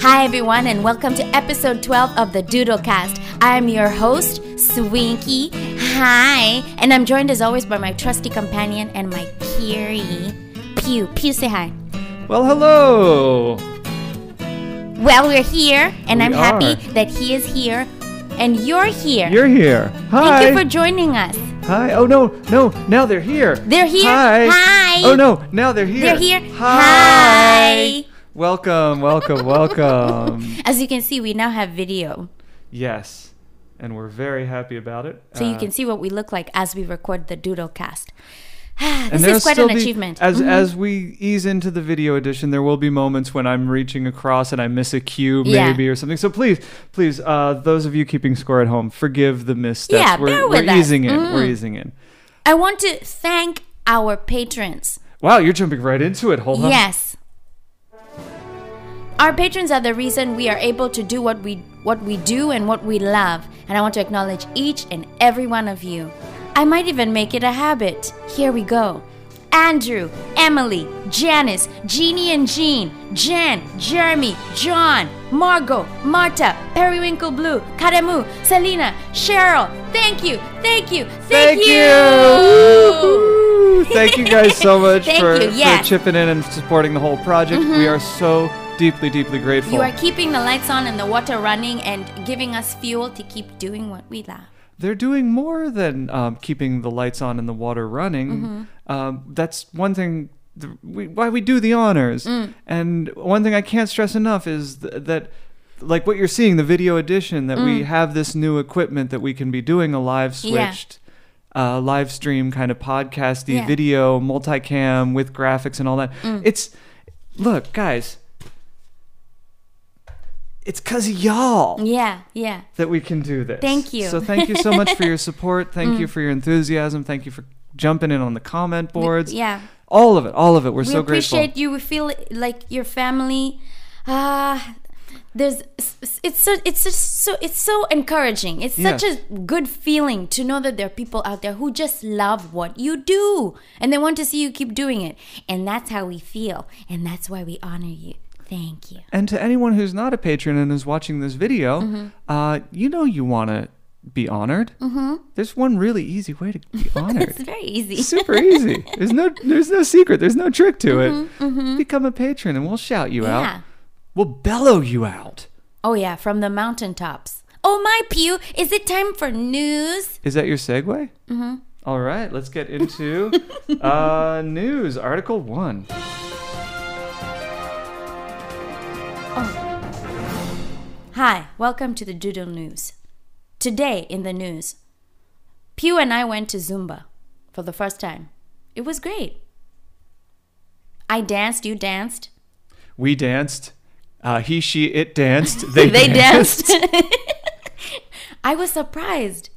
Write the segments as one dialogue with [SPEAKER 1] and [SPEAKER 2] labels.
[SPEAKER 1] Hi, everyone, and welcome to episode 12 of the Doodlecast. I'm your host, Swinky. Hi. And I'm joined as always by my trusty companion and my Kiri. Pew. Pew, say hi.
[SPEAKER 2] Well, hello.
[SPEAKER 1] Well, we're here, and
[SPEAKER 2] We
[SPEAKER 1] I'm happy
[SPEAKER 2] are.
[SPEAKER 1] that he is here and you're here.
[SPEAKER 2] You're here. Hi.
[SPEAKER 1] Thank you for joining us.
[SPEAKER 2] Hi. Oh no, no. Now they're here.
[SPEAKER 1] They're here.
[SPEAKER 2] Hi.
[SPEAKER 1] Hi.
[SPEAKER 2] Oh no. Now they're here.
[SPEAKER 1] They're here.
[SPEAKER 2] Hi.
[SPEAKER 1] Hi.
[SPEAKER 2] Welcome, welcome, welcome.
[SPEAKER 1] As you can see, we now have video.
[SPEAKER 2] yes. And we're very happy about it.
[SPEAKER 1] So you
[SPEAKER 2] Uh,
[SPEAKER 1] can see what we look like as we record the Doodlecast.
[SPEAKER 2] and
[SPEAKER 1] this
[SPEAKER 2] there'll
[SPEAKER 1] is quite
[SPEAKER 2] still
[SPEAKER 1] an
[SPEAKER 2] be-
[SPEAKER 1] achievement. Mm-hmm.
[SPEAKER 2] As as we ease into the video edition, there will be moments when I'm reaching across and I miss a cue,
[SPEAKER 1] Yeah.
[SPEAKER 2] maybe or something. So please, please, uh, those of you keeping score at home, forgive the missteps.
[SPEAKER 1] Yeah,
[SPEAKER 2] we're,
[SPEAKER 1] bear with
[SPEAKER 2] we're
[SPEAKER 1] us. Mm.
[SPEAKER 2] easing in. We're easing in.
[SPEAKER 1] I want to thank our patrons.
[SPEAKER 2] Wow, you're jumping right into it. Hold on.
[SPEAKER 1] Yes. Our patrons are the reason we are able to do what we what we do and what we love, and I want to acknowledge each and every one of you. I might even make it a habit. Here we go. Andrew, Emily, Janice, Jeannie and Jean, Jen, Jeremy, John, Margot, Marta, Periwinkle Blue, Karemu, Selena, Cheryl. Thank you, thank you, thank,
[SPEAKER 2] Thank you. Woo-hoo. Thank you guys so much
[SPEAKER 1] Thank
[SPEAKER 2] for,
[SPEAKER 1] you,
[SPEAKER 2] for
[SPEAKER 1] yes. Mm-hmm.
[SPEAKER 2] chipping in and supporting the whole project. We are so deeply, deeply grateful.
[SPEAKER 1] You are keeping the lights on and the water running and giving us fuel to keep doing what we love.
[SPEAKER 2] They're doing more than um, keeping the lights on and the water running.
[SPEAKER 1] Mm-hmm.
[SPEAKER 2] Um, that's one thing. th- we, why we do the honors,
[SPEAKER 1] Mm.
[SPEAKER 2] and one thing I can't stress enough is th- that, like what you're seeing, the video edition, that we have this new equipment that we can be doing a live
[SPEAKER 1] Mm. Yeah.
[SPEAKER 2] switched, uh, live stream kind of podcasty
[SPEAKER 1] Yeah. Mm.
[SPEAKER 2] video, multicam with graphics and all that. It's look, guys, it's cause of y'all
[SPEAKER 1] Yeah, yeah.
[SPEAKER 2] that we can do this.
[SPEAKER 1] Thank you. Mm.
[SPEAKER 2] So thank you so much for your support. Thank you for your enthusiasm. Thank you for jumping in on the comment boards.
[SPEAKER 1] Yeah.
[SPEAKER 2] All of it. All of it. We're
[SPEAKER 1] we
[SPEAKER 2] so
[SPEAKER 1] appreciate
[SPEAKER 2] grateful.
[SPEAKER 1] you. We feel like your family. Ah, there's it's so it's just so it's so encouraging. It's such
[SPEAKER 2] Yes.
[SPEAKER 1] a good feeling to know that there are people out there who just love what you do and they want to see you keep doing it. And that's how we feel. And that's why we honor you. Thank you.
[SPEAKER 2] And to anyone who's not a patron and is watching this video,
[SPEAKER 1] Mm-hmm.
[SPEAKER 2] uh, you know you want to be honored. Mm-hmm. There's one really easy way to be honored.
[SPEAKER 1] It's very easy.
[SPEAKER 2] Super easy. There's no there's no secret. There's no trick to it. Become a patron and we'll shout you
[SPEAKER 1] Mm-hmm, Yeah.
[SPEAKER 2] out. We'll bellow you out.
[SPEAKER 1] Oh, yeah, from the mountaintops. Oh, my pew, is it time for news?
[SPEAKER 2] Is that your segue? Mm-hmm. All right, let's get into uh, news. Article one.
[SPEAKER 1] Hi, welcome to the Doodle News. Today in the news, Pew and I went to Zumba for the first time. It was great. I danced, you danced.
[SPEAKER 2] We danced. Uh, he, she, it danced. They,
[SPEAKER 1] They
[SPEAKER 2] danced.
[SPEAKER 1] danced. I was surprised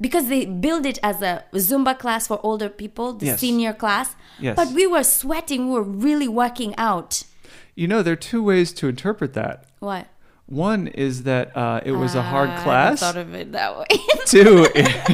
[SPEAKER 1] because they billed it as a Zumba class for older people, the
[SPEAKER 2] Yes.
[SPEAKER 1] senior class.
[SPEAKER 2] Yes.
[SPEAKER 1] But we were sweating, we were really working out.
[SPEAKER 2] You know, there are two ways to interpret that.
[SPEAKER 1] What?
[SPEAKER 2] One is that uh, it was a hard class.
[SPEAKER 1] Ah, thought of it that way.
[SPEAKER 2] Two, i-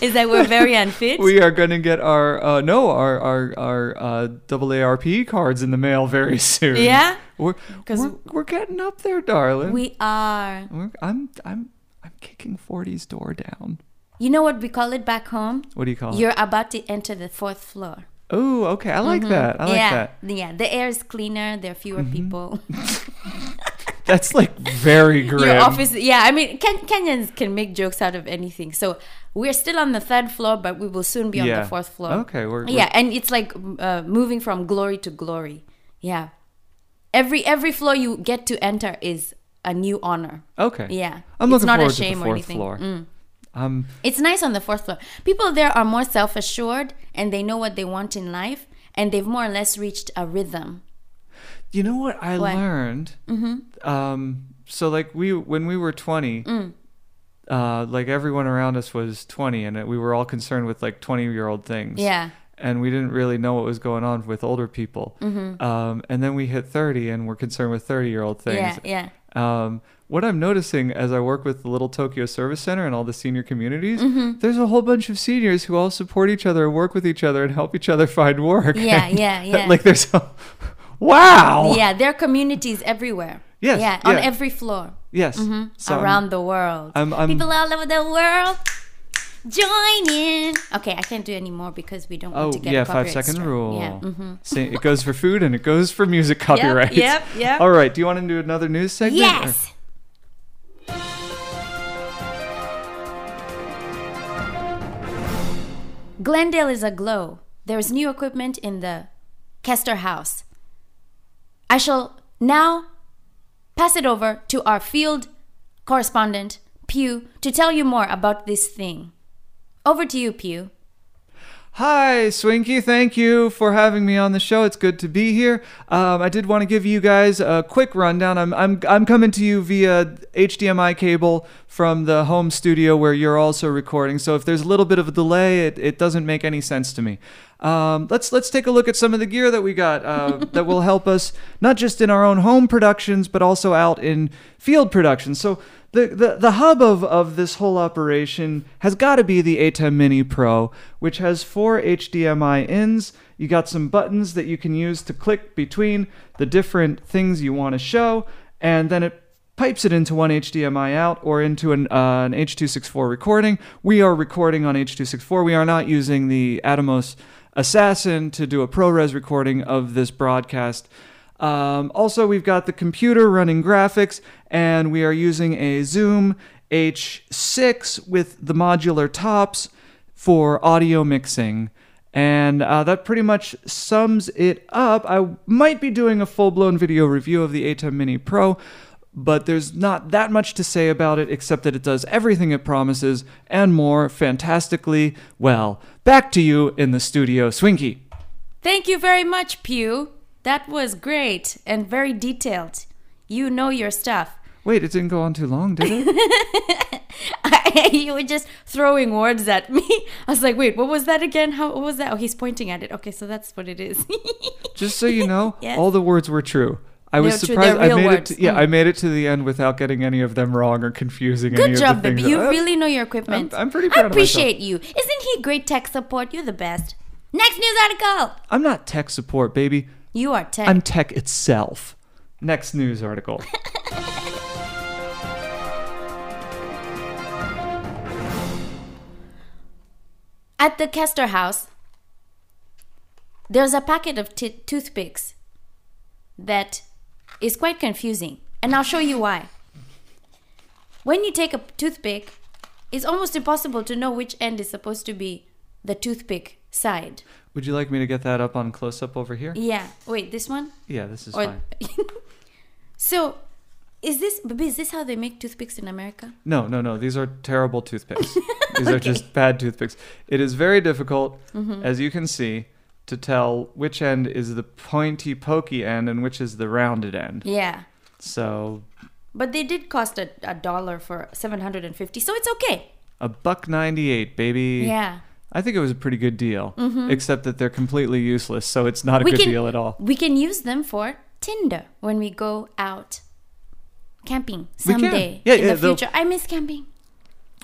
[SPEAKER 1] is that we're very unfit.
[SPEAKER 2] we are going to get our uh, no our our our uh, AARP cards in the mail very soon.
[SPEAKER 1] Yeah?
[SPEAKER 2] we're
[SPEAKER 1] 'Cause-
[SPEAKER 2] we're, we're getting up there, darling.
[SPEAKER 1] we are.
[SPEAKER 2] we're, I'm I'm I'm kicking 40's door down.
[SPEAKER 1] You know what we call it back home?
[SPEAKER 2] What do you call it?
[SPEAKER 1] You're about to enter the fourth floor.
[SPEAKER 2] Oh, okay. I like that. I like
[SPEAKER 1] Mm-hmm. yeah,
[SPEAKER 2] that. Mm-hmm.
[SPEAKER 1] yeah. The air is cleaner. There are fewer people.
[SPEAKER 2] That's like very grim.
[SPEAKER 1] Your office, yeah. I mean, Ken- Kenyans can make jokes out of anything. So we're still on the third floor, but we will soon be on
[SPEAKER 2] Yeah.
[SPEAKER 1] the fourth floor.
[SPEAKER 2] Okay, we're-
[SPEAKER 1] yeah, and it's like uh, moving from glory to glory. Yeah, every every floor you get to enter is a new honor.
[SPEAKER 2] Okay.
[SPEAKER 1] Yeah,
[SPEAKER 2] I'm
[SPEAKER 1] It's
[SPEAKER 2] looking
[SPEAKER 1] not a
[SPEAKER 2] forward
[SPEAKER 1] shame
[SPEAKER 2] to
[SPEAKER 1] or
[SPEAKER 2] the fourth
[SPEAKER 1] anything. Mm.
[SPEAKER 2] floor. Um,
[SPEAKER 1] It's nice on the fourth floor. People there are more self assured and they know what they want in life and they've more or less reached a rhythm.
[SPEAKER 2] you know what I
[SPEAKER 1] What?
[SPEAKER 2] learned? Mm-hmm. Um, so like we when we were 20,
[SPEAKER 1] Mm.
[SPEAKER 2] uh, like everyone around us was 20, and we were all concerned with like 20 year old things.
[SPEAKER 1] Yeah.
[SPEAKER 2] And we didn't really know what was going on with older people.
[SPEAKER 1] Mm-hmm.
[SPEAKER 2] Um, and then we hit 30, and we're concerned with 30 year old things.
[SPEAKER 1] Yeah, yeah.
[SPEAKER 2] Um, what I'm noticing as I work with the Little Tokyo Service Center and all the senior communities,
[SPEAKER 1] Mm-hmm.
[SPEAKER 2] there's a whole bunch of seniors who all support each other and work with each other and help each other find work.
[SPEAKER 1] Yeah,
[SPEAKER 2] And
[SPEAKER 1] yeah, yeah.
[SPEAKER 2] Like there's a, Wow.
[SPEAKER 1] Yeah, there are communities everywhere.
[SPEAKER 2] Yes,
[SPEAKER 1] Yeah, on
[SPEAKER 2] yeah. Um,
[SPEAKER 1] every floor
[SPEAKER 2] Yes. So I'm-
[SPEAKER 1] Mm-hmm. around the world.
[SPEAKER 2] I'm- I'm-
[SPEAKER 1] People all over the world. Join in. Okay, I can't do any more because we don't
[SPEAKER 2] Oh
[SPEAKER 1] want to get
[SPEAKER 2] yeah,
[SPEAKER 1] a
[SPEAKER 2] five
[SPEAKER 1] copyright
[SPEAKER 2] second
[SPEAKER 1] strike.
[SPEAKER 2] rule.
[SPEAKER 1] Yeah. mhm.
[SPEAKER 2] Same- it goes for food and it goes for music copyrights.
[SPEAKER 1] yep, yep.
[SPEAKER 2] All right. Do you want to do another news segment? or-
[SPEAKER 1] Yes. Glendale is aglow. There is new equipment in the Kester house. I shall now pass it over to our field correspondent, Pew, to tell you more about this thing. Over to you, Pew.
[SPEAKER 2] Hi, Swinky. Thank you for having me on the show. It's good to be here. Um, I did want to give you guys a quick rundown. I'm, I'm, I'm coming to you via HDMI cable from the home studio where you're also recording. So if there's a little bit of a delay, it, it doesn't make any sense to me. Um, let's let's take a look at some of the gear that we got uh, that will help us not just in our own home productions but also out in field productions. So the, the, the hub of, of this whole operation has got to be the ATEM Mini Pro, which has four HDMI ins. You got some buttons that you can use to click between the different things you want to show, and then it pipes it into one HDMI out or into an, uh, an H.264 recording. We are recording on H.264. We are not using the Atomos Assassin to do a ProRes recording of this broadcast. Um, also, we've got the computer running graphics, and we are using a Zoom H6 with the modular tops for audio mixing. And uh, that pretty much sums it up. I might be doing a full blown video review of the ATEM Mini Pro, but there's not that much to say about it except that it does everything it promises and more fantastically well. Back to you in the studio, Swinky.
[SPEAKER 1] Thank you very much, Pew. That was great and very detailed. You know your stuff.
[SPEAKER 2] Wait, it didn't go on too long, did it?
[SPEAKER 1] you were just throwing words at me. I was like, wait, what was that again? How what was that? Oh, he's pointing at it. Okay, so that's what it is.
[SPEAKER 2] Just so you know,
[SPEAKER 1] Yes.
[SPEAKER 2] all the words were true. I was
[SPEAKER 1] They're true,
[SPEAKER 2] surprised
[SPEAKER 1] they're
[SPEAKER 2] I
[SPEAKER 1] real
[SPEAKER 2] made
[SPEAKER 1] words.
[SPEAKER 2] it to, yeah,
[SPEAKER 1] Mm.
[SPEAKER 2] I made it to the end without getting any of them wrong or confusing any
[SPEAKER 1] Good
[SPEAKER 2] of
[SPEAKER 1] job,
[SPEAKER 2] the
[SPEAKER 1] baby.
[SPEAKER 2] things.
[SPEAKER 1] You
[SPEAKER 2] Uh,
[SPEAKER 1] really know your equipment.
[SPEAKER 2] I'm pretty
[SPEAKER 1] I
[SPEAKER 2] proud of myself.
[SPEAKER 1] appreciate you. Isn't he great tech support? You're the best. Next news article.
[SPEAKER 2] I'm not tech support, baby.
[SPEAKER 1] You are tech.
[SPEAKER 2] I'm tech itself. Next news article.
[SPEAKER 1] At the Kester house, there's a packet of t- toothpicks that is quite confusing, and I'll show you why. When you take a toothpick, it's almost impossible to know which end is supposed to be the toothpick side.
[SPEAKER 2] Would you like me to get that up on close up over here?
[SPEAKER 1] Yeah, wait, this one?
[SPEAKER 2] Yeah, this is fine.
[SPEAKER 1] so, is this, baby, is this how they make toothpicks in America?
[SPEAKER 2] No, no, no. These are terrible toothpicks. These are just bad toothpicks. It is very difficult,
[SPEAKER 1] Mm-hmm.
[SPEAKER 2] as you can see, to tell which end is the pointy, pokey end and which is the rounded end.
[SPEAKER 1] Yeah.
[SPEAKER 2] So,
[SPEAKER 1] But they did cost a, a dollar for 750, so it's okay.
[SPEAKER 2] a buck ninety-eight, baby.
[SPEAKER 1] Yeah. Mm-hmm.
[SPEAKER 2] I think it was a pretty good deal, except that they're completely useless, so it's not a good deal at all.
[SPEAKER 1] We can use them for Tinder when we go out camping
[SPEAKER 2] We can.
[SPEAKER 1] someday
[SPEAKER 2] Yeah,
[SPEAKER 1] in
[SPEAKER 2] yeah,
[SPEAKER 1] the
[SPEAKER 2] they'll-
[SPEAKER 1] future. I miss camping.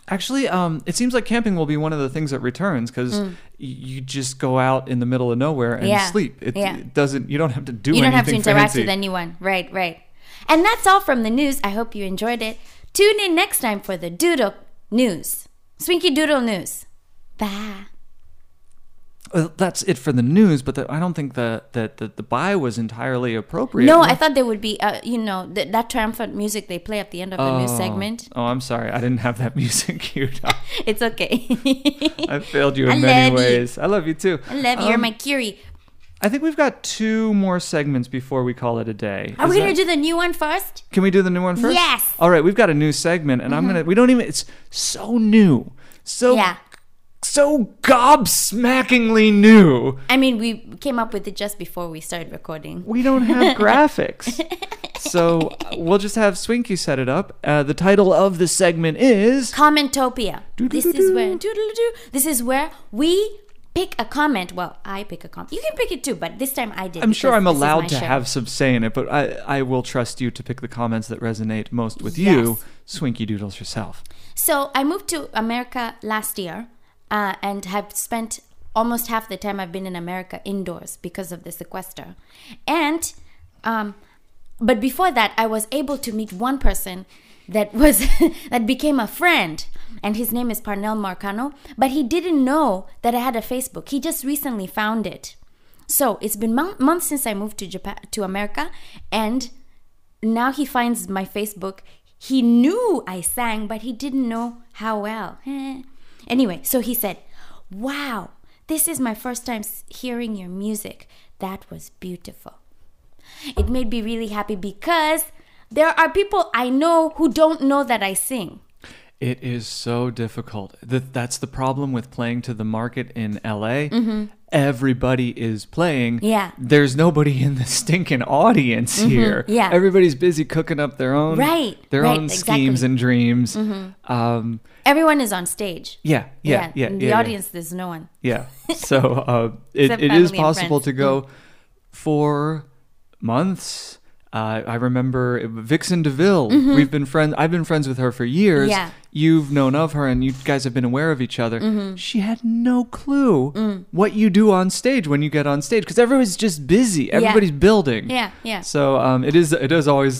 [SPEAKER 2] Actually, um, it seems like camping will be one of the things that returns because you just go out in the middle of nowhere and
[SPEAKER 1] Mm. Yeah.
[SPEAKER 2] sleep. It,
[SPEAKER 1] Yeah.
[SPEAKER 2] it doesn't. You don't have to do.
[SPEAKER 1] you don't have to
[SPEAKER 2] anything
[SPEAKER 1] interact
[SPEAKER 2] fancy.
[SPEAKER 1] with anyone. Right, right. And that's all from the news. I hope you enjoyed it. Tune in next time for the Doodle News. Swinky Doodle News. Bye.
[SPEAKER 2] Well, Uh, that's it for the news, but the, I don't think the, that the, the buy was entirely appropriate.
[SPEAKER 1] No, I thought there would be, uh, you know, th- that triumphant music they play at the end of the news segment.
[SPEAKER 2] Oh, I'm sorry. I didn't have that music queued up.
[SPEAKER 1] It's okay.
[SPEAKER 2] I Um, failed you in
[SPEAKER 1] I
[SPEAKER 2] many
[SPEAKER 1] love you.
[SPEAKER 2] ways. I love you too.
[SPEAKER 1] I love you. You're my curie.
[SPEAKER 2] I think we've got two more segments before we call it a day.
[SPEAKER 1] Are
[SPEAKER 2] Is
[SPEAKER 1] we going to
[SPEAKER 2] that-
[SPEAKER 1] do the new one first?
[SPEAKER 2] Can we do the new one first?
[SPEAKER 1] Yes. Mm-hmm.
[SPEAKER 2] All right, we've got a new segment, and I'm gonna. We don't even. It's so new. So
[SPEAKER 1] Yeah.
[SPEAKER 2] So gobsmackingly new.
[SPEAKER 1] I mean, we came up with it just before we started recording.
[SPEAKER 2] We don't have graphics. So we'll just have Swinky set it up. Uh, the title of the segment is
[SPEAKER 1] Commentopia. This is
[SPEAKER 2] Doo-doo-doo-doo.
[SPEAKER 1] where doo-doo-doo-doo. this is where we pick a comment. Well, I pick a comment. You can pick it too, but this time I did.
[SPEAKER 2] I'm sure
[SPEAKER 1] because
[SPEAKER 2] I'm
[SPEAKER 1] this is my
[SPEAKER 2] allowed to
[SPEAKER 1] show.
[SPEAKER 2] have some say in it, but I, I will trust you to pick the comments that resonate most with you, Swinky Doodles yourself.
[SPEAKER 1] So I moved to America last year, uh, and have spent almost half the time I've been in America indoors because of the sequester, and Um, but before that, I was able to meet one person that was that became a friend, and his name is Parnell Marcano. But he didn't know that I had a Facebook. He just recently found it. So it's been mon- months since I moved to Japan to America, and now he finds my Facebook. He knew I sang, but he didn't know how well. Eh. Anyway, so he said, "Wow, this is my first time s- hearing your music. That was beautiful." It made me really happy because there are people I know who don't know that I sing.
[SPEAKER 2] It is so difficult. Th- that's the problem with playing to the market in LA. Everybody is playing.
[SPEAKER 1] Mm-hmm. Yeah. Mm-hmm.
[SPEAKER 2] There's nobody in the stinking audience here.
[SPEAKER 1] yeah.
[SPEAKER 2] Everybody's busy cooking up their own
[SPEAKER 1] Right,
[SPEAKER 2] their
[SPEAKER 1] right,
[SPEAKER 2] own schemes
[SPEAKER 1] exactly.
[SPEAKER 2] and dreams. Um,
[SPEAKER 1] Everyone is on stage.
[SPEAKER 2] yeah, yeah, yeah.
[SPEAKER 1] in
[SPEAKER 2] yeah,
[SPEAKER 1] the
[SPEAKER 2] yeah.
[SPEAKER 1] audience, there's no one.
[SPEAKER 2] Yeah. So uh, it,
[SPEAKER 1] Except
[SPEAKER 2] it is
[SPEAKER 1] family and
[SPEAKER 2] possible
[SPEAKER 1] friends. Hmm.
[SPEAKER 2] to go for months. Uh, I remember Vixen DeVille. We've been friends. I've been friends with her for years.
[SPEAKER 1] Mm-hmm. Yeah.
[SPEAKER 2] You've known of her, and you guys have been aware of each other.
[SPEAKER 1] Mm-hmm.
[SPEAKER 2] She had no clue
[SPEAKER 1] Mm.
[SPEAKER 2] what you do on stage when you get on stage because everybody's just busy. Everybody's building.
[SPEAKER 1] Yeah, yeah.
[SPEAKER 2] So um, it is. It is always.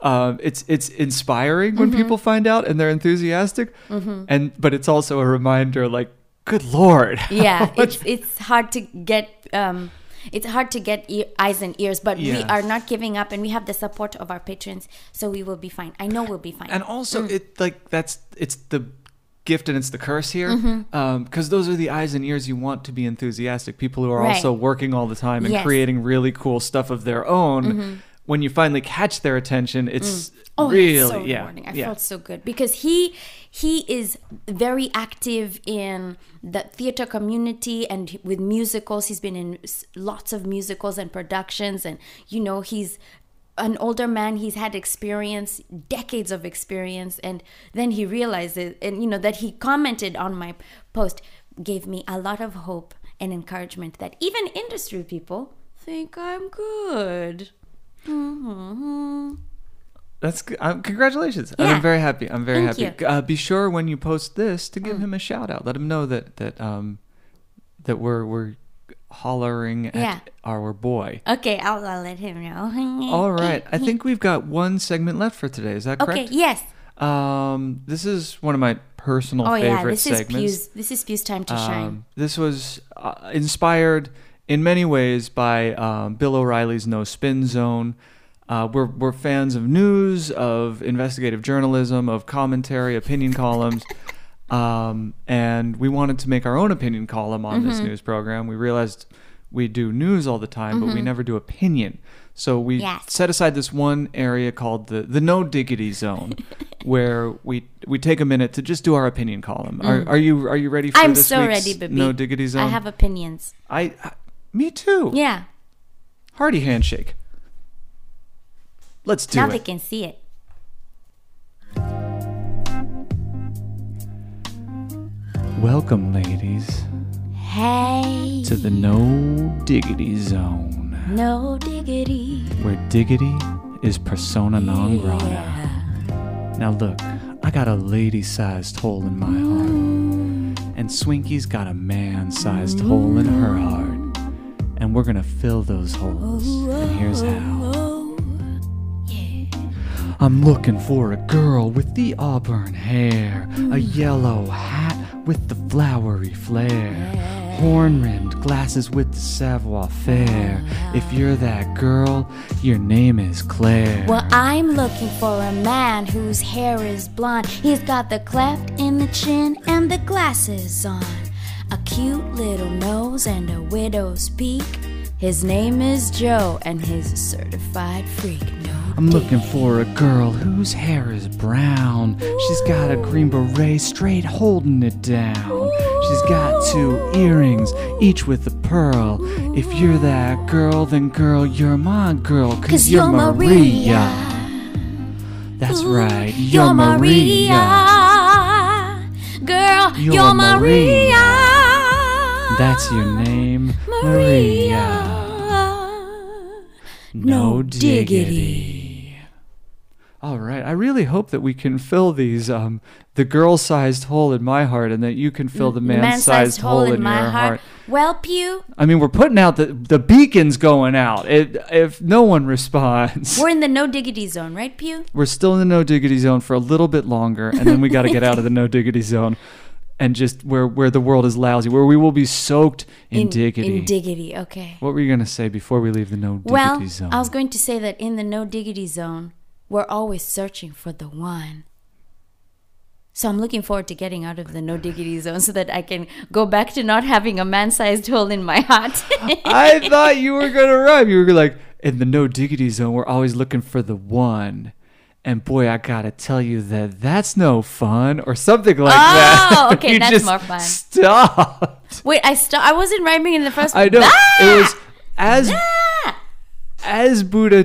[SPEAKER 2] Um, it's it's inspiring
[SPEAKER 1] Mm-hmm.
[SPEAKER 2] when people find out and they're enthusiastic, and but it's also a reminder, like, good lord,
[SPEAKER 1] Yeah,
[SPEAKER 2] What-
[SPEAKER 1] it's it's hard to get. Um, it's hard to get ear, eyes and ears, but we
[SPEAKER 2] Yes.
[SPEAKER 1] are not giving up, and we have the support of our patrons, so we will be fine. I know we'll be fine.
[SPEAKER 2] and also
[SPEAKER 1] Mm.
[SPEAKER 2] it like that's it's the gift and it's the curse here, because
[SPEAKER 1] Mm-hmm.
[SPEAKER 2] those are the eyes and ears you want to be enthusiastic. People who are
[SPEAKER 1] Right.
[SPEAKER 2] also working all the time and
[SPEAKER 1] Yes. Mm-hmm.
[SPEAKER 2] creating really cool stuff of their own. When you finally catch their attention, it's
[SPEAKER 1] Oh, that's
[SPEAKER 2] really
[SPEAKER 1] so
[SPEAKER 2] yeah,
[SPEAKER 1] rewarding. I
[SPEAKER 2] yeah.
[SPEAKER 1] felt so good because he he is very active in the theater community and he- with musicals. He's been in s- lots of musicals and productions, and you know he's an older man. He's had experience, decades of experience, and then he realized it, and you know that he commented on my post gave me a lot of hope and encouragement that even industry people think I'm good. Mm-hmm.
[SPEAKER 2] That's g- um, congratulations. And
[SPEAKER 1] Yeah.
[SPEAKER 2] I'm very happy. I'm very
[SPEAKER 1] Thank Mm.
[SPEAKER 2] happy. Uh, be sure when you post this to give him a shout out. Let him know that that um that we're we're hollering at
[SPEAKER 1] Yeah.
[SPEAKER 2] our boy.
[SPEAKER 1] Okay, I'll, I'll let him know.
[SPEAKER 2] All right. I think we've got one segment left for today. Is that
[SPEAKER 1] Okay.
[SPEAKER 2] correct?
[SPEAKER 1] Yes.
[SPEAKER 2] Um this is one of my personal
[SPEAKER 1] Oh
[SPEAKER 2] favorite
[SPEAKER 1] yeah. This
[SPEAKER 2] segments.
[SPEAKER 1] is Pew's. This is Pew's time to shine.
[SPEAKER 2] Um, this was uh, inspired in many ways by um, Bill O'Reilly's No Spin Zone. Uh, we're, we're fans of news, of investigative journalism, of commentary, opinion columns. Um, and we wanted to make our own opinion column on this
[SPEAKER 1] Mm-hmm.
[SPEAKER 2] news program. We realized we do news all the time, but we never do opinion. So we
[SPEAKER 1] Mm-hmm. Yes.
[SPEAKER 2] set aside this one area called the, the no diggity zone, where we we take a minute to just do our opinion column.
[SPEAKER 1] Mm.
[SPEAKER 2] Are, are you are you ready for
[SPEAKER 1] I'm
[SPEAKER 2] this
[SPEAKER 1] so
[SPEAKER 2] week's
[SPEAKER 1] ready, baby.
[SPEAKER 2] No diggity zone.
[SPEAKER 1] I have opinions.
[SPEAKER 2] I, I- me too.
[SPEAKER 1] Yeah.
[SPEAKER 2] Hearty handshake. Let's do
[SPEAKER 1] now
[SPEAKER 2] it.
[SPEAKER 1] they can see it.
[SPEAKER 2] Welcome, ladies,
[SPEAKER 1] Hey.
[SPEAKER 2] to the no diggity zone,
[SPEAKER 1] No diggity.
[SPEAKER 2] where diggity is persona non grata. Now look, I got a lady-sized hole in my heart,
[SPEAKER 1] Mm.
[SPEAKER 2] and Swinky's got a man-sized hole in her heart, and we're gonna fill those holes. And here's how.
[SPEAKER 1] Oh. Yeah.
[SPEAKER 2] I'm looking for a girl with the auburn hair, a yellow hat with the flowery flair, horn rimmed glasses with the savoir faire. If you're that girl, your name is Claire.
[SPEAKER 1] Well, I'm looking for a man whose hair is blonde. He's got the cleft in the chin and the glasses on. A cute little nose and a widow's peak. His name is Joe, and he's a certified freak. No
[SPEAKER 2] I'm looking for a girl whose hair is brown. She's got a green beret straight holding it down. She's got two earrings, each with a pearl. If you're that girl, then girl, you're my girl. Cause,
[SPEAKER 1] Cause
[SPEAKER 2] you're,
[SPEAKER 1] you're
[SPEAKER 2] Maria.
[SPEAKER 1] Maria.
[SPEAKER 2] That's right,
[SPEAKER 1] You're, Maria. Girl, you're,
[SPEAKER 2] You're
[SPEAKER 1] Maria.
[SPEAKER 2] Maria. That's your name, Maria.
[SPEAKER 1] No diggity.
[SPEAKER 2] All right. I really hope that we can fill these um, the girl-sized hole in my heart, and that you can fill Mm, the man-sized hole in, your heart.
[SPEAKER 1] Well, Pew,
[SPEAKER 2] I mean, we're putting out the the beacons going out. It, if no one responds,
[SPEAKER 1] we're in the no diggity zone, right, Pew?
[SPEAKER 2] we're still in the no diggity zone for a little bit longer, and then we got to get out of the no diggity zone, and just where where the world is lousy, where we will be soaked in, diggity.
[SPEAKER 1] In diggity, okay.
[SPEAKER 2] what were you gonna say before we leave the no diggity
[SPEAKER 1] well,
[SPEAKER 2] zone?
[SPEAKER 1] I was going to say that in the no diggity zone, we're always searching for the one. So I'm looking forward to getting out of the no diggity zone so that I can go back to not having a man-sized hole in my heart.
[SPEAKER 2] I thought you were gonna rhyme. You were like, in the no diggity zone, we're always looking for the one. And boy, I gotta tell you that that's no fun, or something like that.
[SPEAKER 1] Oh, okay,
[SPEAKER 2] You
[SPEAKER 1] that's
[SPEAKER 2] just
[SPEAKER 1] more fun.
[SPEAKER 2] Stop.
[SPEAKER 1] Wait, I st- I wasn't rhyming in the first.
[SPEAKER 2] I know it was as
[SPEAKER 1] Ah!
[SPEAKER 2] as Buddha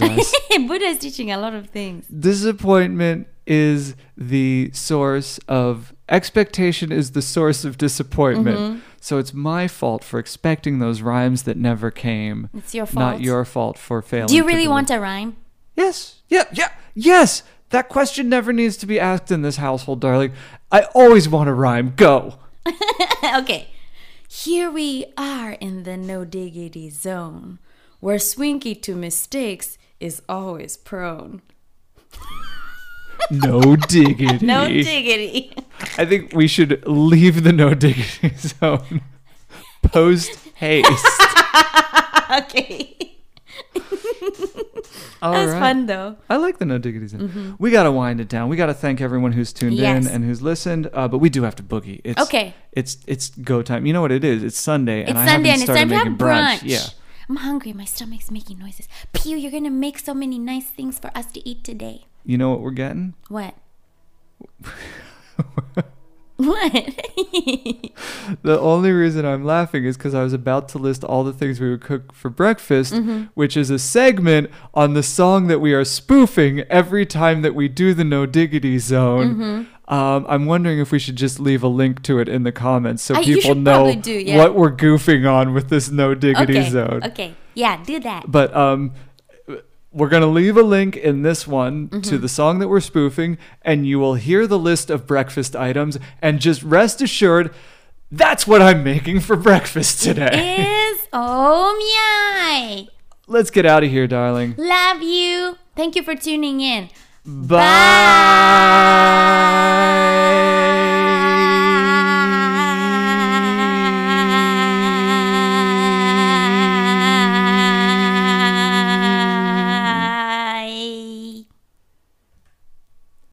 [SPEAKER 2] us.
[SPEAKER 1] Buddha is teaching a lot of things.
[SPEAKER 2] disappointment is the source of expectation is the source of disappointment.
[SPEAKER 1] Mm-hmm.
[SPEAKER 2] So it's my fault for expecting those rhymes that never came.
[SPEAKER 1] It's your fault.
[SPEAKER 2] Not your fault for failing.
[SPEAKER 1] Do you
[SPEAKER 2] to
[SPEAKER 1] really
[SPEAKER 2] deliver.
[SPEAKER 1] want a rhyme?
[SPEAKER 2] Yes. Yeah. Yeah. Yes. That question never needs to be asked in this household, darling. I always want a rhyme. Go.
[SPEAKER 1] okay. Here we are in the no diggity zone, where Swinky to mistakes is always prone.
[SPEAKER 2] No diggity.
[SPEAKER 1] No diggity.
[SPEAKER 2] I think we should leave the no diggity zone post haste.
[SPEAKER 1] okay.
[SPEAKER 2] All
[SPEAKER 1] That's
[SPEAKER 2] right.
[SPEAKER 1] fun though.
[SPEAKER 2] I like the no diggities. in. We gotta wind it down. We gotta thank everyone who's tuned
[SPEAKER 1] Yes.
[SPEAKER 2] in and who's listened. Uh, but we do have to boogie. It's,
[SPEAKER 1] Okay.
[SPEAKER 2] It's it's go time. You know what it is? It's Sunday, and
[SPEAKER 1] It's
[SPEAKER 2] I
[SPEAKER 1] Sunday and
[SPEAKER 2] haven't
[SPEAKER 1] it's
[SPEAKER 2] started
[SPEAKER 1] time to have
[SPEAKER 2] making brunch.
[SPEAKER 1] brunch.
[SPEAKER 2] Yeah.
[SPEAKER 1] I'm hungry. My stomach's making noises. Pew, you're gonna make so many nice things for us to eat today.
[SPEAKER 2] You know what we're getting?
[SPEAKER 1] What? what?
[SPEAKER 2] The only reason I'm laughing is because I was about to list all the things we would cook for breakfast,
[SPEAKER 1] Mm-hmm.
[SPEAKER 2] which is a segment on the song that we are spoofing every time that we do the No Diggity Zone.
[SPEAKER 1] Mm-hmm.
[SPEAKER 2] Um, I'm wondering if we should just leave a link to it in the comments so
[SPEAKER 1] I- you
[SPEAKER 2] people
[SPEAKER 1] should
[SPEAKER 2] know
[SPEAKER 1] probably do, yeah.
[SPEAKER 2] what we're goofing on with this No Diggity
[SPEAKER 1] okay.
[SPEAKER 2] Zone.
[SPEAKER 1] Okay. Yeah, do that.
[SPEAKER 2] But um, we're going to leave a link in this one to the song that we're spoofing, and you will hear the list of breakfast items. And just rest assured, that's what I'm making for breakfast today.
[SPEAKER 1] Is oh my.
[SPEAKER 2] Let's get out of here, darling.
[SPEAKER 1] Love you. Thank you for tuning in.
[SPEAKER 2] Bye.